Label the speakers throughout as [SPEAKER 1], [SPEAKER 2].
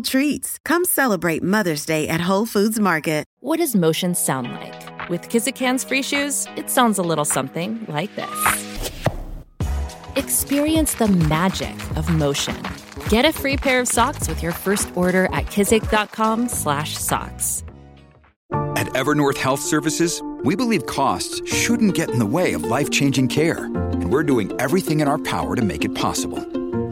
[SPEAKER 1] treats. Come celebrate Mother's Day at Whole Foods Market.
[SPEAKER 2] What does motion sound like? With Kizikans free shoes, it sounds a little something like this. Experience the magic of motion. Get a free pair of socks with your first order at kizik.com/socks.
[SPEAKER 3] At Evernorth Health Services, we believe costs shouldn't get in the way of life changing care, and we're doing everything in our power to make it possible.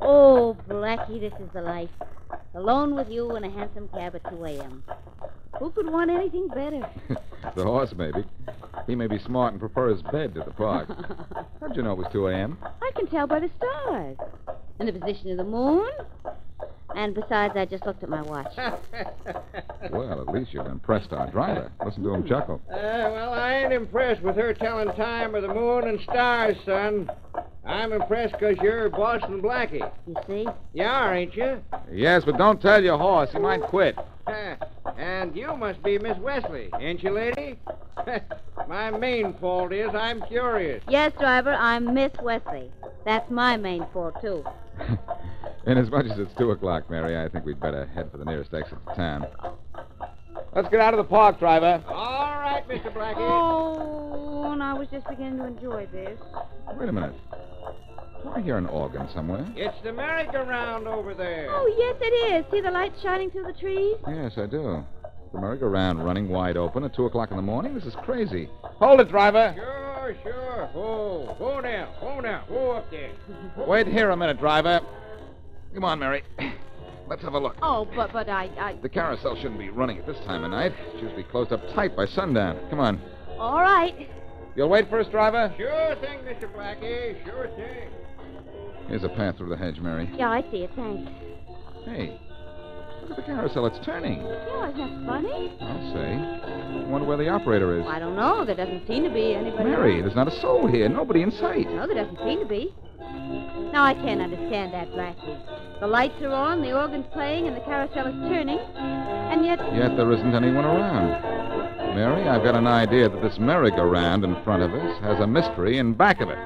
[SPEAKER 4] Oh, Blackie, this is the life. Alone with you in a hansom cab at 2 a.m. Who could want anything better?
[SPEAKER 5] The horse, maybe. He may be smart and prefer his bed to the park. How'd you know it was 2 a.m.?
[SPEAKER 4] I can tell by the stars and the position of the moon. And besides, I just looked at my watch.
[SPEAKER 5] Well, at least you've impressed our driver. Listen to him chuckle.
[SPEAKER 6] Uh, well, I ain't impressed with her telling time of the moon and stars, son. I'm impressed 'cause you're Boston Blackie.
[SPEAKER 4] You see?
[SPEAKER 6] You are, ain't you?
[SPEAKER 5] Yes, but don't tell your horse. He might quit.
[SPEAKER 6] Huh. and you must be Miss Wesley, ain't you, lady? My main fault is I'm curious.
[SPEAKER 4] Yes, driver, I'm Miss Wesley. That's my main fault, too.
[SPEAKER 5] And as much as it's 2 o'clock, Mary, I think we'd better head for the nearest exit to town. Let's get out of the park, driver.
[SPEAKER 6] All right, Mr. Blackie.
[SPEAKER 4] Oh, and I was just beginning to enjoy this.
[SPEAKER 5] Wait a minute. Do I hear an organ somewhere?
[SPEAKER 6] It's the merry-go-round over there.
[SPEAKER 4] Oh, yes, it is. See the lights shining through the trees?
[SPEAKER 5] Yes, I do. The merry-go-round running wide open at 2 o'clock in the morning? This is crazy. Hold it, driver.
[SPEAKER 6] Sure, sure. Whoa, whoa now, whoa now, whoa up there.
[SPEAKER 5] Wait here a minute, driver. Come on, Mary. Let's have a look.
[SPEAKER 4] Oh, but but I, I.
[SPEAKER 5] The carousel shouldn't be running at this time of night. It's usually closed up tight by sundown. Come on.
[SPEAKER 4] All right.
[SPEAKER 5] You'll wait for us, driver?
[SPEAKER 6] Sure thing, Mr. Blackie, sure thing.
[SPEAKER 5] Here's a path through the hedge, Mary.
[SPEAKER 4] Yeah, I see it. Thanks.
[SPEAKER 5] Hey, look at the carousel. It's turning.
[SPEAKER 4] Yeah, isn't that funny?
[SPEAKER 5] I'll say. Wonder where the operator is.
[SPEAKER 4] Well, I don't know. There doesn't seem to be anybody.
[SPEAKER 5] Mary, there's not a soul here. Nobody in sight.
[SPEAKER 4] No, there doesn't seem to be. Now, I can't understand that, Blackie. The lights are on, the organ's playing, and the carousel is turning. And yet,
[SPEAKER 5] Yet there isn't anyone around. Mary, I've got an idea that this merry-go-round in front of us has a mystery in back of it.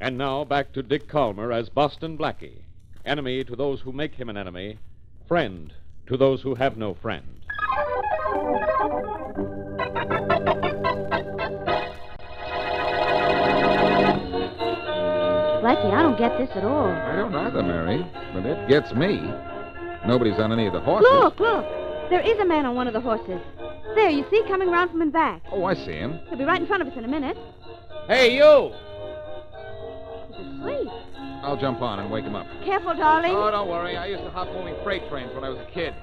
[SPEAKER 7] And now back to Dick Calmer as Boston Blackie, enemy to those who make him an enemy, friend to those who have no friend.
[SPEAKER 4] Blackie, I don't get this at all.
[SPEAKER 5] I don't either, Mary, but it gets me. Nobody's on any of the horses.
[SPEAKER 4] Look, look. There is a man on one of the horses. There, you see, coming round from in back.
[SPEAKER 5] Oh, I see him.
[SPEAKER 4] He'll be right in front of us in a minute.
[SPEAKER 6] Hey, you!
[SPEAKER 4] He's asleep.
[SPEAKER 5] I'll jump on and wake him up.
[SPEAKER 4] Careful, darling.
[SPEAKER 5] Oh, don't worry. I used to hop moving freight trains when I was a kid.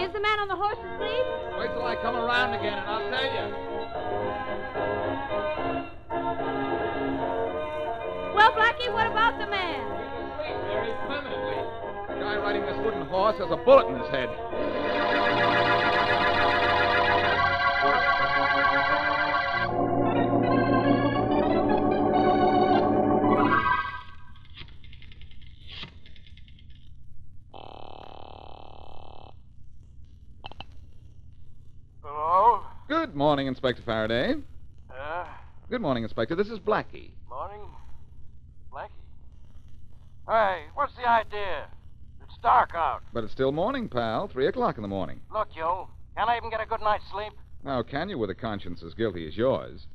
[SPEAKER 4] Is the man on the horse asleep?
[SPEAKER 5] Wait till I come around again and I'll tell
[SPEAKER 4] Well, Blackie, what about the man?
[SPEAKER 5] you. The guy riding this wooden horse has a bullet in his head. Good morning, Inspector Faraday.
[SPEAKER 8] Uh,
[SPEAKER 5] Good morning, Inspector. This is Blackie.
[SPEAKER 8] morning, Blackie. Hey, what's the idea? It's dark out.
[SPEAKER 5] But it's still morning, pal. Three o'clock in the morning.
[SPEAKER 8] Look, you, can I even get a good night's sleep?
[SPEAKER 5] Now, can you with a conscience as guilty as yours?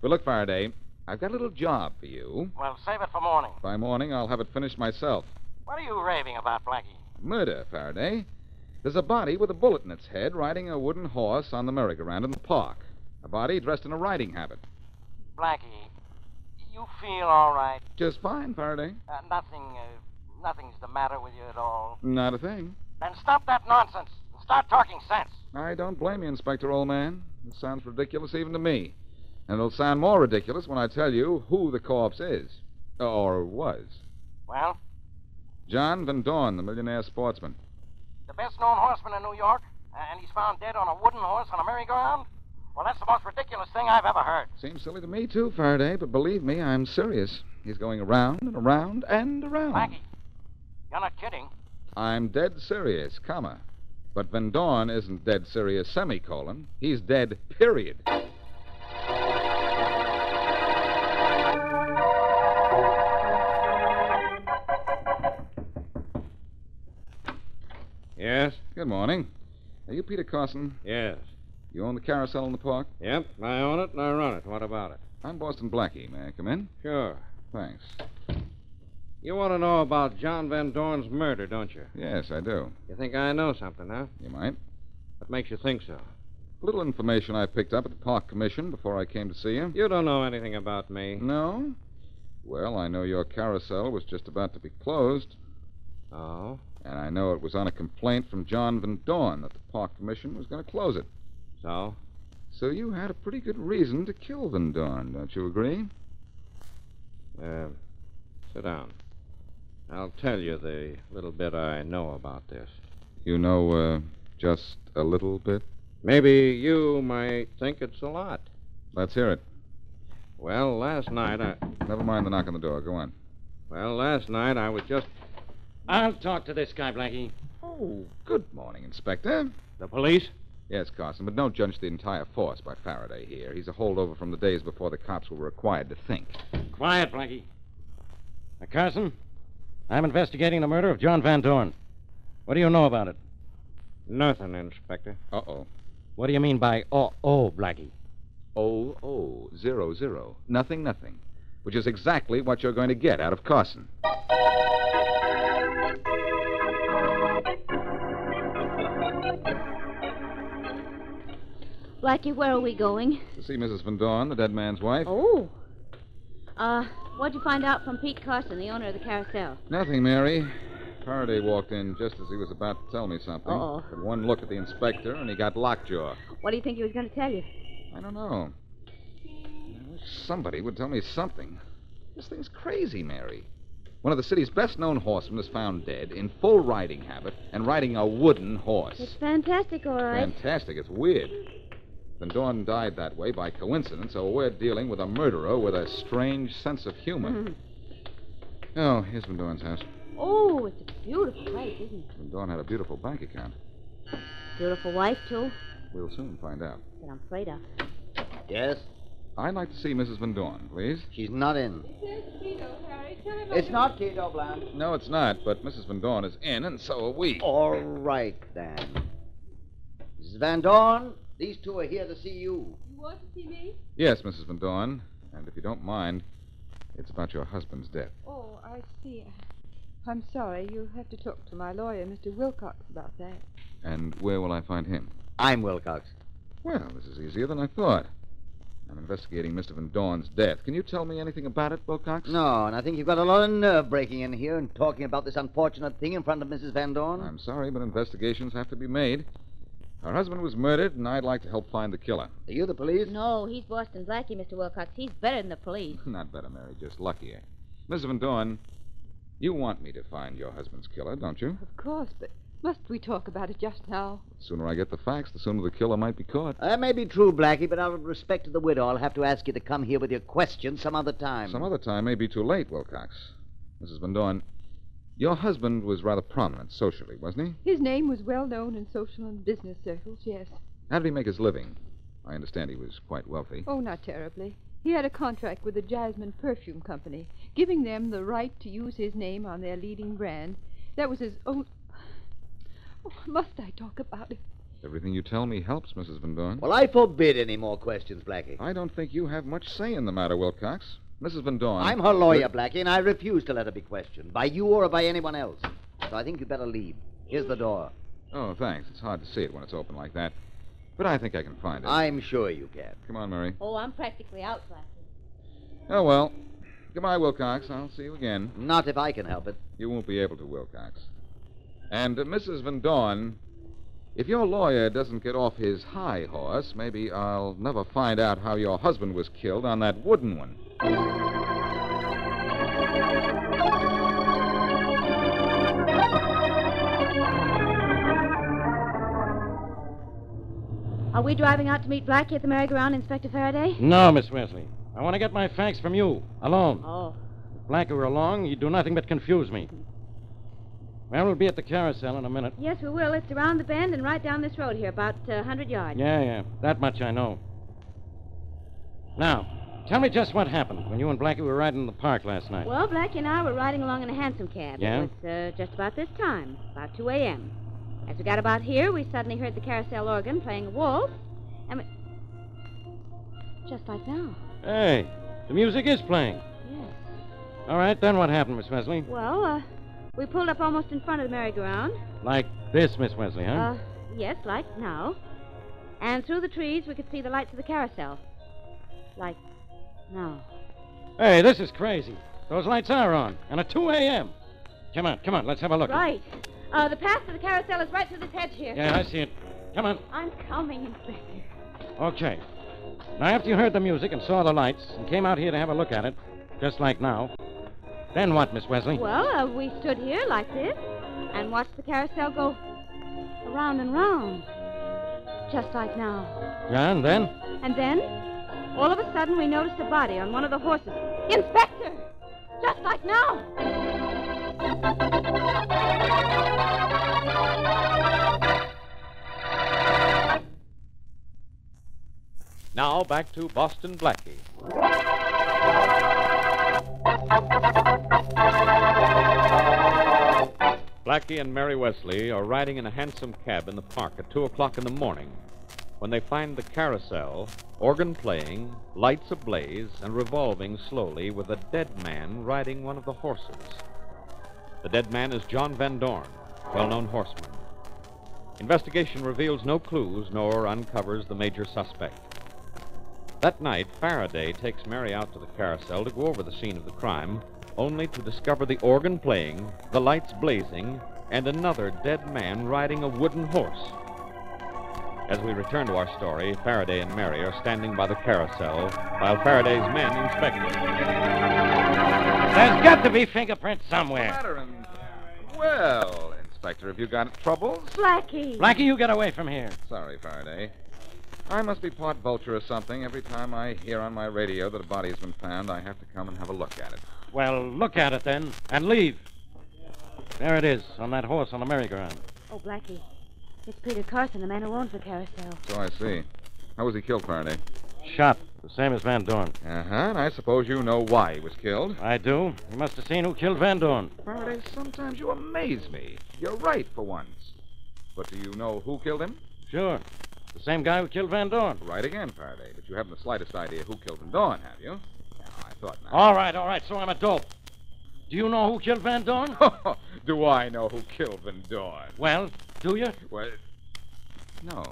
[SPEAKER 5] But look, Faraday, I've got a little job for you.
[SPEAKER 8] Well, save it for morning.
[SPEAKER 5] By morning, I'll have it finished myself.
[SPEAKER 8] What are you raving about, Blackie?
[SPEAKER 5] Murder, Faraday. There's a body with a bullet in its head riding a wooden horse on the merry-go-round in the park. A body dressed in a riding habit.
[SPEAKER 8] Blackie, you feel all right?
[SPEAKER 5] Just fine, Faraday.
[SPEAKER 8] Uh, nothing, uh, nothing's the matter with you at all.
[SPEAKER 5] Not a thing.
[SPEAKER 8] Then stop that nonsense and start talking sense.
[SPEAKER 5] I don't blame you, Inspector, old man. It sounds ridiculous even to me. And it'll sound more ridiculous when I tell you who the corpse is. Or was.
[SPEAKER 8] Well,
[SPEAKER 5] John Van Dorn, the millionaire sportsman.
[SPEAKER 8] the best known horseman in New York, uh, and he's found dead on a wooden horse on a merry-go-round? Well, that's the most ridiculous thing I've ever heard.
[SPEAKER 5] Seems silly to me, too, Faraday, but believe me, I'm serious. He's going around and around and around.
[SPEAKER 8] Blackie, you're not kidding.
[SPEAKER 5] I'm dead serious, comma. But Van Dorn isn't dead serious, semicolon. He's dead, period.
[SPEAKER 7] Yes?
[SPEAKER 5] Good morning. Are you Peter Carson?
[SPEAKER 7] Yes.
[SPEAKER 5] You own the carousel in the park?
[SPEAKER 7] Yep, I own it and I run it. What about it?
[SPEAKER 5] I'm Boston Blackie. May I come in?
[SPEAKER 7] Sure.
[SPEAKER 5] Thanks.
[SPEAKER 7] You want to know about John Van Dorn's murder, don't you?
[SPEAKER 5] Yes, I do.
[SPEAKER 7] You think I know something, huh?
[SPEAKER 5] You might.
[SPEAKER 7] What makes you think so?
[SPEAKER 5] Little information I picked up at the Park Commission before I came to see you.
[SPEAKER 7] You don't know anything about me.
[SPEAKER 5] No? Well, I know your carousel was just about to be closed,
[SPEAKER 7] Oh?
[SPEAKER 5] and I know it was on a complaint from John Van Dorn that the Park Commission was going to close it.
[SPEAKER 7] So?
[SPEAKER 5] So you had a pretty good reason to kill Van Dorn, don't you agree?
[SPEAKER 7] Uh, sit down. I'll tell you the little bit I know about this.
[SPEAKER 5] You know, uh, just a little bit.
[SPEAKER 7] Maybe you might think it's a lot.
[SPEAKER 5] Let's hear it.
[SPEAKER 7] Well, last night I.
[SPEAKER 5] Never mind the knock on the door. Go on.
[SPEAKER 7] Well, last night I was just. I'll talk to this guy, Blackie.
[SPEAKER 5] Oh, good morning, Inspector.
[SPEAKER 7] The police?
[SPEAKER 5] Yes, Carson, but don't judge the entire force by Faraday here. He's a holdover from the days before the cops were required to think.
[SPEAKER 7] Quiet, Blackie. Now, Carson, I'm investigating the murder of John Van Dorn. What do you know about it? Nothing, Inspector.
[SPEAKER 5] Uh oh.
[SPEAKER 7] What do you mean by oh, oh, Blackie?
[SPEAKER 5] Oh, oh, zero, zero. Nothing, nothing. Which is exactly what you're going to get out of Carson.
[SPEAKER 4] Blackie, where are we going?
[SPEAKER 5] To see Mrs. Van Dorn, the dead man's wife?
[SPEAKER 4] Oh. Uh, what'd you find out from Pete Carson, the owner of the carousel?
[SPEAKER 5] Nothing, Mary. Faraday walked in just as he was about to tell me something.
[SPEAKER 4] Uh-oh.
[SPEAKER 5] But one look at the inspector, and he got lockjaw.
[SPEAKER 4] What do you think he was going to tell you?
[SPEAKER 5] I don't know. I wish somebody would tell me something. This thing's crazy, Mary. One of the city's best known horsemen is found dead in full riding habit and riding a wooden
[SPEAKER 4] It's
[SPEAKER 5] horse.
[SPEAKER 4] fantastic, all right.
[SPEAKER 5] Fantastic. It's weird. Van Dorn died that way by coincidence, so we're dealing with a murderer with a strange sense of humor.
[SPEAKER 4] Mm-hmm.
[SPEAKER 5] Oh, here's Van Dorn's house.
[SPEAKER 4] Oh, it's a beautiful place, isn't it?
[SPEAKER 5] Van Dorn had a beautiful bank account.
[SPEAKER 4] Beautiful wife, too.
[SPEAKER 5] We'll soon find out.
[SPEAKER 4] That I'm afraid of.
[SPEAKER 9] Yes?
[SPEAKER 5] I'd like to see Mrs. Van Dorn, please.
[SPEAKER 9] She's not in. It's not Tito Blount.
[SPEAKER 5] No, it's not, but Mrs. Van Dorn is in, and so are we.
[SPEAKER 9] All right, then. Mrs. Van Dorn, these two are here to see you.
[SPEAKER 5] Yes, Mrs. Van Dorn. And if you don't mind, it's about your husband's death.
[SPEAKER 10] Oh, I see. I'm sorry. You'll have to talk to my lawyer, Mr. Wilcox, about that.
[SPEAKER 5] And where will I find him?
[SPEAKER 9] I'm Wilcox.
[SPEAKER 5] Well, this is easier than I thought. I'm investigating Mr. Van Dorn's death. Can you tell me anything about it, Wilcox?
[SPEAKER 9] No, and I think you've got a lot of nerve breaking in here and talking about this unfortunate thing in front of Mrs. Van Dorn.
[SPEAKER 5] I'm sorry, but investigations have to be made. Her husband was murdered, and I'd like to help find the killer.
[SPEAKER 9] Are you the police?
[SPEAKER 4] No, Oh, he's Boston Blackie, Mr. Wilcox. He's better than the police.
[SPEAKER 5] Not better, Mary, just luckier. Mrs. Van Dorn, you want me to find your husband's killer, don't you?
[SPEAKER 10] Of course, but must we talk about it just now?
[SPEAKER 5] The sooner I get the facts, the sooner the killer might be caught.
[SPEAKER 9] That may be true, Blackie, but out of respect to the widow, I'll have to ask you to come here with your questions some other time.
[SPEAKER 5] Some other time may be too late, Wilcox. Mrs. Van Dorn, your husband was rather prominent socially, wasn't he?
[SPEAKER 10] His name was well known in social and business circles, yes.
[SPEAKER 5] How did he make his living? I understand he was quite wealthy.
[SPEAKER 10] Oh, not terribly. He had a contract with the Jasmine Perfume Company, giving them the right to use his name on their leading brand. That was his own. Oh, must I talk about it?
[SPEAKER 5] Everything you tell me helps, Mrs. Van Dorn.
[SPEAKER 9] Well, I forbid any more questions, Blackie.
[SPEAKER 5] I don't think you have much say in the matter, Wilcox. Mrs. Van Dorn.
[SPEAKER 9] I'm her lawyer, Blackie, and I refuse to let her be questioned by you or by anyone else. So I think you'd better leave. Here's the door.
[SPEAKER 5] Oh, thanks. It's hard to see it when it's open like that. But I think I can find it.
[SPEAKER 9] I'm sure you can.
[SPEAKER 5] Come on, Murray.
[SPEAKER 4] Oh, I'm practically out, Blackie.
[SPEAKER 5] Oh, well. Goodbye, Wilcox. I'll see you again.
[SPEAKER 9] Not if I can help it.
[SPEAKER 5] You won't be able to, Wilcox. And uh, Mrs. Van Dorn, if your lawyer doesn't get off his high horse, maybe I'll never find out how your husband was killed on that wooden one.
[SPEAKER 4] Are we driving out to meet Blackie at the merry-go-round, Inspector Faraday?
[SPEAKER 7] No, Miss Wesley. I want to get my facts from you, alone.
[SPEAKER 4] Oh.
[SPEAKER 7] If Blackie were along, you'd do nothing but confuse me. Well, we'll be at the carousel in a minute.
[SPEAKER 4] Yes, we will. It's around the bend and right down this road here, about uh, 100 yards.
[SPEAKER 7] Yeah, yeah, that much I know. Now, tell me just what happened when you and Blackie were riding in the park last night.
[SPEAKER 4] Well, Blackie and I were riding along in a hansom cab.
[SPEAKER 7] Yeah?
[SPEAKER 4] It was uh, just about this time, about 2 a.m. As we got about here, we suddenly heard the carousel organ playing a waltz, and we... Just like now.
[SPEAKER 7] Hey, the music is playing.
[SPEAKER 4] Yes.
[SPEAKER 7] All right, then what happened, Miss Wesley?
[SPEAKER 4] Well, uh, we pulled up almost in front of the merry-go-round.
[SPEAKER 7] Like this, Miss Wesley, huh?
[SPEAKER 4] Uh, yes, like now. And through the trees, we could see the lights of the carousel. Like now.
[SPEAKER 7] Hey, this is crazy. Those lights are on, and at 2 a.m. Come on, come on, let's have a look.
[SPEAKER 4] Right. Uh, the path to the carousel is right through this hedge here.
[SPEAKER 7] Yeah, I see it. Come on.
[SPEAKER 4] I'm coming, Inspector.
[SPEAKER 7] Okay. Now, after you heard the music and saw the lights and came out here to have a look at it, just like now, then what, Miss Wesley?
[SPEAKER 4] Well, uh, we stood here like this and watched the carousel go around and round, just like now.
[SPEAKER 7] Yeah, and then?
[SPEAKER 4] And then, all of a sudden, we noticed a body on one of the horses. Inspector! Just like now!
[SPEAKER 11] Now back to Boston Blackie. Blackie and Mary Wesley are riding in a hansom cab in the park at 2 o'clock in the morning when they find the carousel, organ playing, lights ablaze, and revolving slowly with a dead man riding one of the horses. The dead man is John Van Dorn, well known horseman. Investigation reveals no clues nor uncovers the major suspect. That night, Faraday takes Mary out to the carousel to go over the scene of the crime, only to discover the organ playing, the lights blazing, and another dead man riding a wooden horse. As we return to our story, Faraday and Mary are standing by the carousel while Faraday's men inspect it.
[SPEAKER 7] There's got to be fingerprints somewhere.
[SPEAKER 5] Madam. Well, Inspector, have you got troubles?
[SPEAKER 4] Blackie!
[SPEAKER 7] Blackie, you get away from here.
[SPEAKER 5] Sorry, Faraday. I must be part vulture or something. Every time I hear on my radio that a body has been found, I have to come and have a look at it.
[SPEAKER 7] Well, look at it then, and leave. There it is, on that horse on the merry-go-round.
[SPEAKER 4] Oh, Blackie, it's Peter Carson, the man who owns the carousel.
[SPEAKER 5] So I see. How was he killed, Faraday?
[SPEAKER 7] Shot, the same as Van Dorn.
[SPEAKER 5] Uh huh, and I suppose you know why he was killed.
[SPEAKER 7] I do. You must have seen who killed Van Dorn.
[SPEAKER 5] Faraday, sometimes you amaze me. You're right for once. But do you know who killed him?
[SPEAKER 7] Sure. The same guy who killed Van Dorn.
[SPEAKER 5] Right again, Faraday. But you haven't the slightest idea who killed Van Dorn, have you? No, I thought not.
[SPEAKER 7] All right, all right, so I'm a dope. Do you know who killed Van Dorn?
[SPEAKER 5] Oh. do I know who killed Van Dorn?
[SPEAKER 7] well, do you?
[SPEAKER 5] Well, no.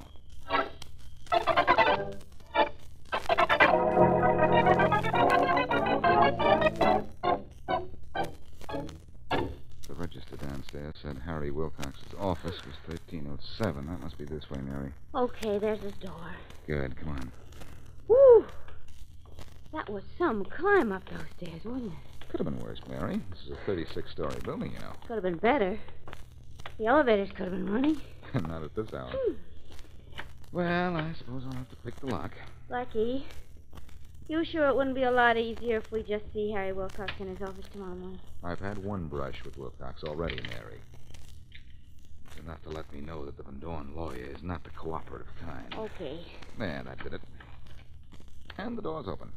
[SPEAKER 5] The register downstairs said Harry Wilcox's office was 1307. That must be this way, Mary.
[SPEAKER 4] Okay, there's his door.
[SPEAKER 5] Good, come on.
[SPEAKER 4] Whew! That was some climb up those stairs, wasn't it?
[SPEAKER 5] Could have been worse, Mary. This is a 36 story building, you know.
[SPEAKER 4] Could have been better. The elevators could have been running.
[SPEAKER 5] Not at this hour. Well, I suppose I'll have to pick the lock.
[SPEAKER 4] Blackie, you sure it wouldn't be a lot easier if we just see Harry Wilcox in his office tomorrow morning?
[SPEAKER 5] I've had one brush with Wilcox already, Mary. Enough to let me know that the Van Dorn lawyer is not the cooperative kind.
[SPEAKER 4] Okay.
[SPEAKER 5] There, that did it. And the door's open.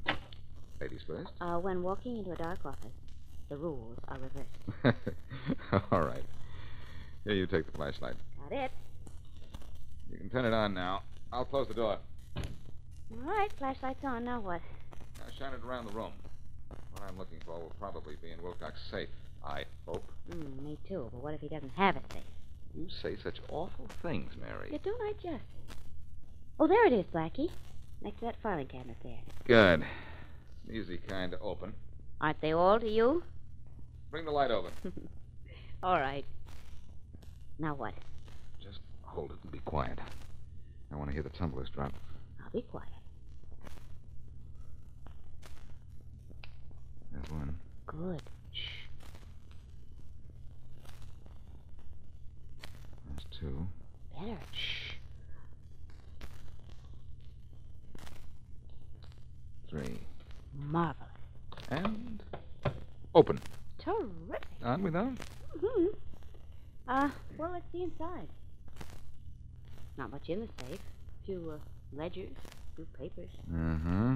[SPEAKER 5] Ladies first.
[SPEAKER 4] Uh, when walking into a dark office, the rules are reversed.
[SPEAKER 5] All right. Here, you take the flashlight.
[SPEAKER 4] Got it.
[SPEAKER 5] You can turn it on now. I'll close the door.
[SPEAKER 4] All right, flashlight's on. Now what?
[SPEAKER 5] Now shine it around the room. What I'm looking for will probably be in Wilcox's safe, I hope.
[SPEAKER 4] Mm, me too. But what if he doesn't have it safe?
[SPEAKER 5] You say such awful things, Mary.
[SPEAKER 4] Yeah, don't I just? Oh, there it is, Blackie. Next to that filing cabinet there.
[SPEAKER 5] Good. It's an easy kind to open.
[SPEAKER 4] Aren't they all to you?
[SPEAKER 5] Bring the light over.
[SPEAKER 4] All right. Now what?
[SPEAKER 5] Just hold it and be quiet. I want to hear the tumblers drop.
[SPEAKER 4] I'll be quiet.
[SPEAKER 5] There's one.
[SPEAKER 4] Good.
[SPEAKER 5] There's two.
[SPEAKER 4] Better.
[SPEAKER 5] Three.
[SPEAKER 4] Marvelous.
[SPEAKER 5] And open.
[SPEAKER 4] Terrific.
[SPEAKER 5] On with them.
[SPEAKER 4] hmm Uh, well, let's see inside. Not much in the safe. A few uh, ledgers, a few papers.
[SPEAKER 5] Uh huh.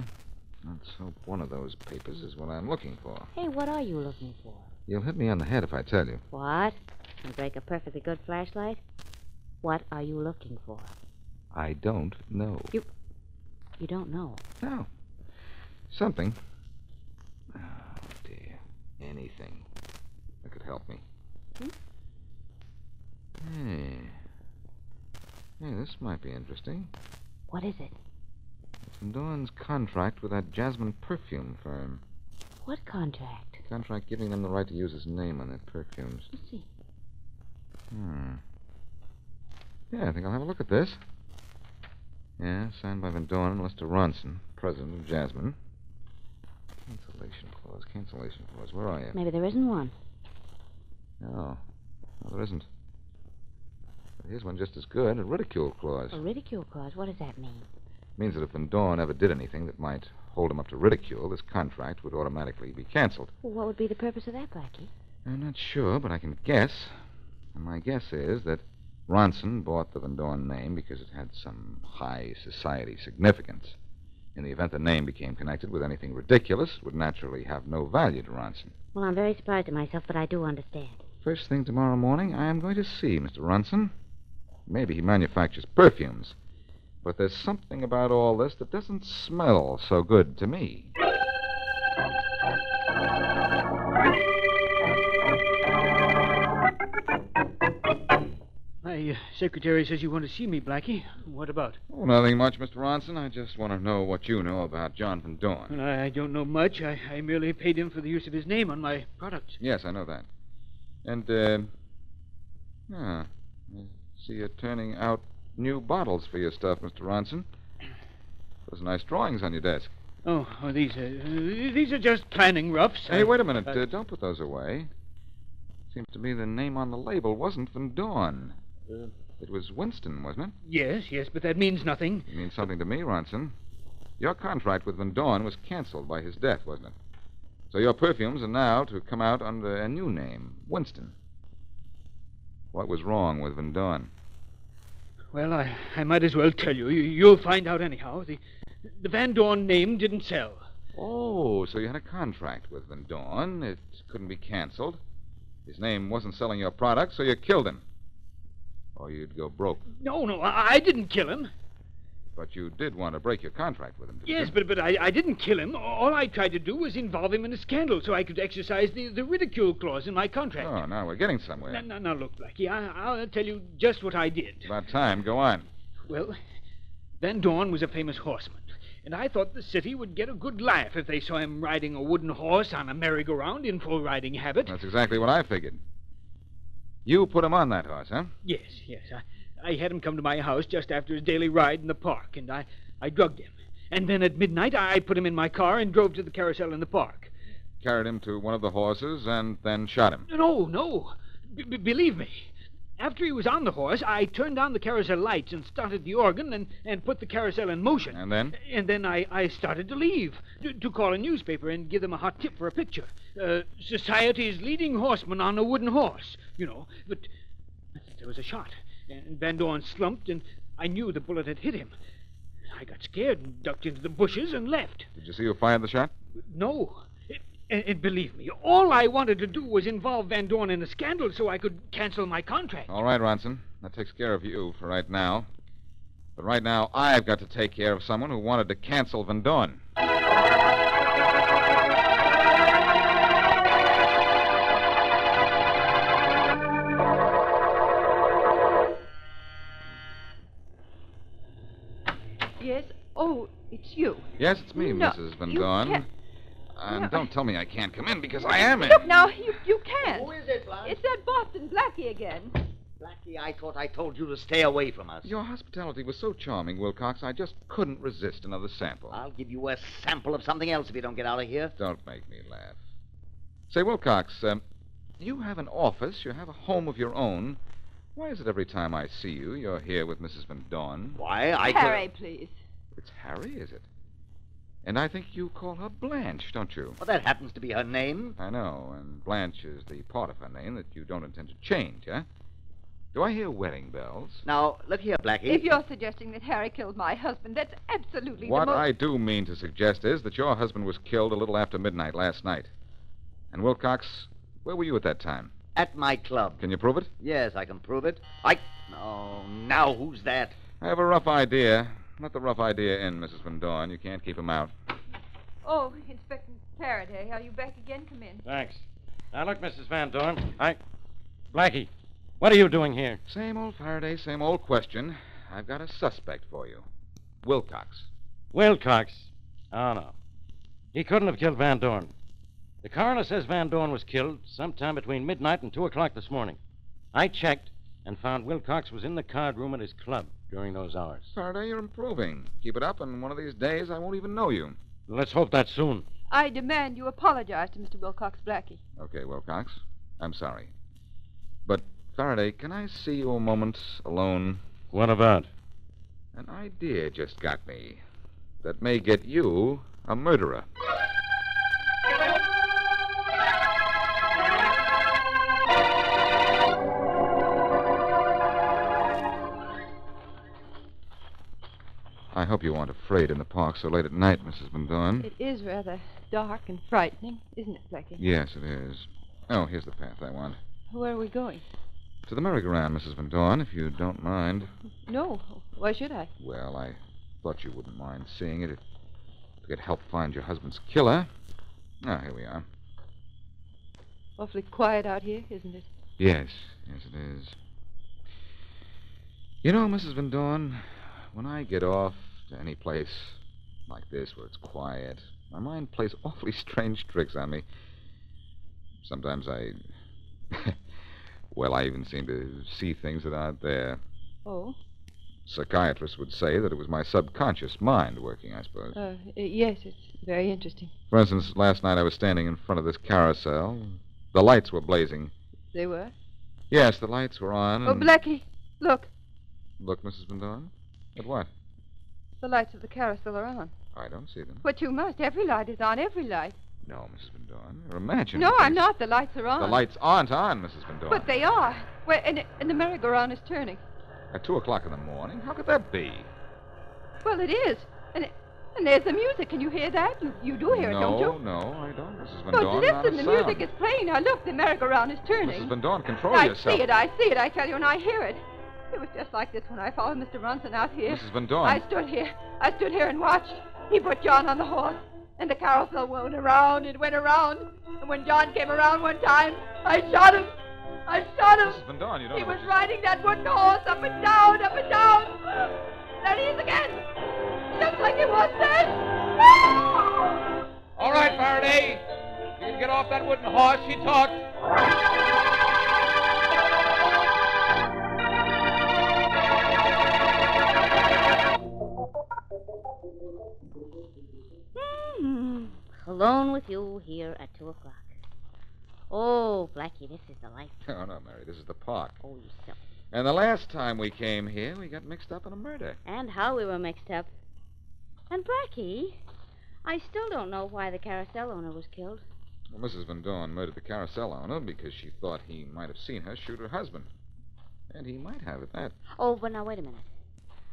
[SPEAKER 5] Let's hope one of those papers is what I'm looking for.
[SPEAKER 4] Hey, what are you looking for?
[SPEAKER 5] You'll hit me on the head if I tell you.
[SPEAKER 4] What? And break a perfectly good flashlight? What are you looking for?
[SPEAKER 5] I don't know.
[SPEAKER 4] You. You don't know.
[SPEAKER 5] No. Something. Oh, dear. Anything that could help me.
[SPEAKER 4] Hmm?
[SPEAKER 5] Hey. Hey, this might be interesting.
[SPEAKER 4] What is it?
[SPEAKER 5] It's Van Dorn's contract with that Jasmine perfume firm.
[SPEAKER 4] What contract?
[SPEAKER 5] Contract giving them the right to use his name on their perfumes.
[SPEAKER 4] Let's see.
[SPEAKER 5] Hmm. Yeah, I think I'll have a look at this. Yeah, signed by Van Dorn and Lester Ronson, president of Jasmine. Cancellation clause, cancellation clause. Where are you?
[SPEAKER 4] Maybe there isn't one.
[SPEAKER 5] No. No, there isn't. But here's one just as good a ridicule clause.
[SPEAKER 4] A ridicule clause. What does that mean?
[SPEAKER 5] means that if Van Dorn ever did anything that might hold him up to ridicule, this contract would automatically be canceled.
[SPEAKER 4] Well, what would be the purpose of that, Blackie?
[SPEAKER 5] I'm not sure, but I can guess. And my guess is that Ronson bought the Van Dorn name because it had some high society significance. In the event the name became connected with anything ridiculous, it would naturally have no value to Ronson.
[SPEAKER 4] Well, I'm very surprised at myself, but I do understand.
[SPEAKER 5] First thing tomorrow morning, I am going to see Mr. Ronson. Maybe he manufactures perfumes. But there's something about all this that doesn't smell so good to me.
[SPEAKER 12] My uh, secretary says you want to see me, Blackie. What about?
[SPEAKER 5] Oh, nothing much, Mr. Ronson. I just want to know what you know about John Van Dorn.
[SPEAKER 12] Well, I, I don't know much. I, I merely paid him for the use of his name on my products.
[SPEAKER 5] Yes, I know that. And, uh. Ah, I see you're turning out new bottles for your stuff, Mr. Ronson. Those nice drawings on your desk.
[SPEAKER 12] Oh, oh, these are uh, these are just planning roughs.
[SPEAKER 5] Hey,
[SPEAKER 12] I-
[SPEAKER 5] wait a minute.
[SPEAKER 12] I-
[SPEAKER 5] Uh, don't put those away. Seems to me the name on the label wasn't Van Dorn.
[SPEAKER 12] Uh,
[SPEAKER 5] It was Winston, wasn't it?
[SPEAKER 12] yes, yes, but that means nothing.
[SPEAKER 5] It means something to me, Ronson. Your contract with Van Dorn was canceled by his death, wasn't it? So your perfumes are now to come out under a new name, Winston. What was wrong with Van Dorn?
[SPEAKER 12] Well, I, I might as well tell you. you. You'll find out anyhow. The the Van Dorn name didn't sell.
[SPEAKER 5] Oh, so you had a contract with Van Dorn. It couldn't be canceled. His name wasn't selling your product, so you killed him. Or you'd go broke.
[SPEAKER 12] No, no, I, I didn't kill him.
[SPEAKER 5] But you did want to break your contract with him, didn't
[SPEAKER 12] Yes,
[SPEAKER 5] you?
[SPEAKER 12] but but I, I didn't kill him. All I tried to do was involve him in a scandal so I could exercise the, the ridicule clause in my contract.
[SPEAKER 5] Oh, now we're getting somewhere.
[SPEAKER 12] Now, now, now look, Blackie, I, I'll tell you just what I did.
[SPEAKER 5] About time. Go on.
[SPEAKER 12] Well, Van Dorn was a famous horseman, and I thought the city would get a good laugh if they saw him riding a wooden horse on a merry-go-round in full riding habit.
[SPEAKER 5] That's exactly what I figured. You put him on that horse, huh?
[SPEAKER 12] Yes, yes. I, I had him come to my house just after his daily ride in the park, and I, I drugged him. And then at midnight, I put him in my car and drove to the carousel in the park.
[SPEAKER 5] Carried him to one of the horses and then shot him.
[SPEAKER 12] No, no. B- b- believe me. After he was on the horse, I turned on the carousel lights and started the organ and, and put the carousel in motion.
[SPEAKER 5] And then?
[SPEAKER 12] And then I, I started to leave, to, to call a newspaper and give them a hot tip for a picture. Uh, society's leading horseman on a wooden horse, you know. But There was a shot, and Van Dorn slumped, and I knew the bullet had hit him. I got scared and ducked into the bushes and left.
[SPEAKER 5] Did you see who fired the shot?
[SPEAKER 12] No. And, and believe me, all I wanted to do was involve Van Dorn in a scandal so I could cancel my contract.
[SPEAKER 9] Oh.
[SPEAKER 5] All right, Ronson. That takes care of you for right now. But right now, I've got to take care of someone who wanted to cancel Van Dorn.
[SPEAKER 10] Yes? Oh, it's you.
[SPEAKER 5] Yes, it's me,
[SPEAKER 10] No,
[SPEAKER 5] Mrs. Van
[SPEAKER 10] you
[SPEAKER 5] Dorn.
[SPEAKER 10] can't-
[SPEAKER 5] And
[SPEAKER 10] no,
[SPEAKER 5] don't tell me I can't come in because I am in.
[SPEAKER 10] Look, now, you, you can't.
[SPEAKER 9] Who is it, Blanche?
[SPEAKER 10] It's that Boston Blackie again.
[SPEAKER 9] Blackie, I thought I told you to stay away from us.
[SPEAKER 5] Your hospitality was so charming, Wilcox, I just couldn't resist another sample.
[SPEAKER 9] I'll give you a sample of something else if you don't get out of here.
[SPEAKER 5] Don't make me laugh. Say, Wilcox, um, you have an office, you have a home of your own. Why is it every time I see you, you're here with Mrs. Van Dorn?
[SPEAKER 9] Why,
[SPEAKER 10] Harry, please.
[SPEAKER 5] It's Harry, is it? And I think you call her Blanche, don't you?
[SPEAKER 9] Well, that happens to be her name.
[SPEAKER 5] I know, and Blanche is the part of her name that you don't intend to change, eh? Do I hear wedding bells?
[SPEAKER 9] Now, Oh, look here, Blackie.
[SPEAKER 10] If you're suggesting that Harry killed my husband, that's absolutely
[SPEAKER 5] What
[SPEAKER 10] the most...
[SPEAKER 5] I do mean to suggest is that your husband was killed a little after midnight last night. And Wilcox, where were you at that time?
[SPEAKER 9] At my club.
[SPEAKER 5] Can you prove it?
[SPEAKER 9] Yes, I can prove it. I. Oh, now who's that?
[SPEAKER 5] I have a rough idea. Let the rough idea in, Mrs. Van Dorn. You can't keep him out.
[SPEAKER 10] Oh, Inspector Faraday, are you back again? Come in.
[SPEAKER 7] Thanks. Now, look, Mrs. Van Dorn, I. Blackie, what are you doing here?
[SPEAKER 5] Same old Faraday, same old question. I've got a suspect for you. Wilcox.
[SPEAKER 7] Wilcox. Oh, no. He couldn't have killed Van Dorn. The coroner says Van Dorn was killed sometime between midnight and 2 o'clock this morning. I checked and found Wilcox was in the card room at his club during those hours.
[SPEAKER 5] Faraday, you're improving. Keep it up, and one of these days I won't even know you.
[SPEAKER 7] Let's hope that soon.
[SPEAKER 10] I demand you apologize to Mr. Wilcox Blackie.
[SPEAKER 5] Okay, Wilcox. I'm sorry. But, Faraday, can I see you a moment alone?
[SPEAKER 7] What about?
[SPEAKER 5] An idea just got me that may get you a murderer. I hope you aren't afraid in the park so late at night, Mrs. Van Dorn.
[SPEAKER 10] It is rather dark and frightening, isn't it, Blackie?
[SPEAKER 5] Yes, it is. Oh, here's the path I want.
[SPEAKER 10] Where are we going?
[SPEAKER 5] To the merry-go-round, Mrs. Van Dorn, if you don't mind.
[SPEAKER 10] No. Why should I?
[SPEAKER 5] Well, I thought you wouldn't mind seeing it. It could help find your husband's killer. Ah, here we are.
[SPEAKER 10] Awfully quiet out here, isn't it?
[SPEAKER 5] Yes, yes, it is. You know, Mrs. Van Dorn, when I get off to any place like this where it's quiet, my mind plays awfully strange tricks on me. Sometimes I. well, I even seem to see things that aren't there.
[SPEAKER 10] Oh,
[SPEAKER 5] Psychiatrists would say that it was my subconscious mind working, I suppose.
[SPEAKER 10] uh, yes, it's very interesting.
[SPEAKER 5] For instance, last night I was standing in front of this carousel. The lights were blazing.
[SPEAKER 10] They were.
[SPEAKER 5] Yes, the lights were on.
[SPEAKER 10] Oh,
[SPEAKER 5] and-
[SPEAKER 10] Blackie, look,
[SPEAKER 5] Look, Mrs. Van Dorn. At what?
[SPEAKER 10] the lights of the carousel are on.
[SPEAKER 5] I don't see them.
[SPEAKER 10] But you must. Every light is on. Every light.
[SPEAKER 5] No, Mrs. Van Dorn. You're imagining.
[SPEAKER 10] no, I'm
[SPEAKER 5] things.
[SPEAKER 10] not. The lights are on.
[SPEAKER 5] The lights aren't on, Mrs. Van Dorn.
[SPEAKER 10] But they are. Well, and, and the merry-go-round is turning.
[SPEAKER 5] At two o'clock in the morning? How could that be?
[SPEAKER 10] Well, it is. And and there's the music. Can you hear that? You you do hear
[SPEAKER 5] no,
[SPEAKER 10] it, don't you?
[SPEAKER 5] no, I don't, Mrs. Van
[SPEAKER 10] Well,
[SPEAKER 5] Dorn. not a
[SPEAKER 10] Oh, listen, the
[SPEAKER 5] sound.
[SPEAKER 10] music is playing. Now look, the merry-go-round is turning.
[SPEAKER 5] Mrs. Van Dorn, control
[SPEAKER 10] I
[SPEAKER 5] yourself.
[SPEAKER 10] see it, I see it, I tell you, and I hear it. It was just like this when I followed Mr. Ronson out here.
[SPEAKER 5] Mrs. Van Dorn.
[SPEAKER 10] I stood here. I stood here and watched. He put John on the horse, and the carousel went around. It went around. And when John came around one time, I shot him. I shot him.
[SPEAKER 5] Mrs. Van Dorn, you don't
[SPEAKER 10] He
[SPEAKER 5] know.
[SPEAKER 10] was riding that wooden horse up and down, up and down. There he is again. Just like he Ah! was then.
[SPEAKER 13] All right, Faraday. You can get off that wooden horse. She talks.
[SPEAKER 4] Hmm. Alone with you here at two o'clock. Oh, Blackie, this is the life.
[SPEAKER 5] Oh, no, Mary. This is the park.
[SPEAKER 4] Oh, you silly.
[SPEAKER 5] And the last time we came here, we got mixed up in a murder.
[SPEAKER 4] And how we were mixed up. And Blackie, I still don't know why the carousel owner was killed.
[SPEAKER 5] Well, Mrs. Van Dorn murdered the carousel owner because she thought he might have seen her shoot her husband. And he might have at that.
[SPEAKER 4] Oh, but now wait a minute.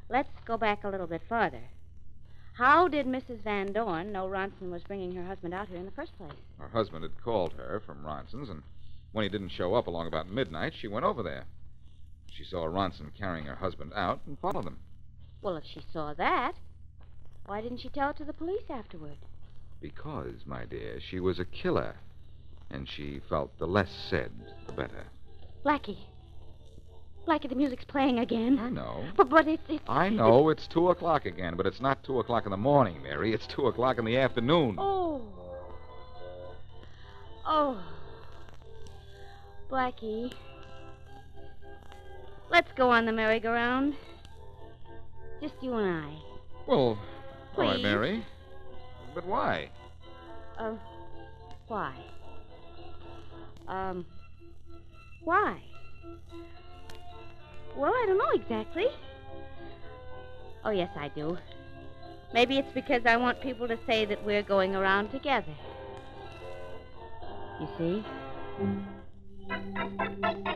[SPEAKER 4] Let's go back a little bit farther. How did Mrs. Van Dorn know Ronson was bringing her husband out here in the first place?
[SPEAKER 5] Her husband had called her from Ronson's, and when he didn't show up along about midnight, she went over there. She saw Ronson carrying her husband out and followed him.
[SPEAKER 4] Well, if she saw that, why didn't she tell it to the police afterward?
[SPEAKER 5] Because, my dear, she was a killer, and she felt the less said, the better.
[SPEAKER 4] Blackie. Blackie, the music's playing again. I
[SPEAKER 5] know.
[SPEAKER 4] But, but it's. it's
[SPEAKER 5] I know it's two o'clock again, but it's not two o'clock in the morning, Mary. It's two o'clock in the afternoon.
[SPEAKER 4] Oh. Oh. Blackie. Let's go on the merry-go-round. Just you and I.
[SPEAKER 5] Well, all right,
[SPEAKER 4] Please.
[SPEAKER 5] Mary. But why?
[SPEAKER 4] Um, why? Um, why? Well, I don't know exactly. Oh, yes, I do. Maybe it's because I want people to say that we're going around together. You see?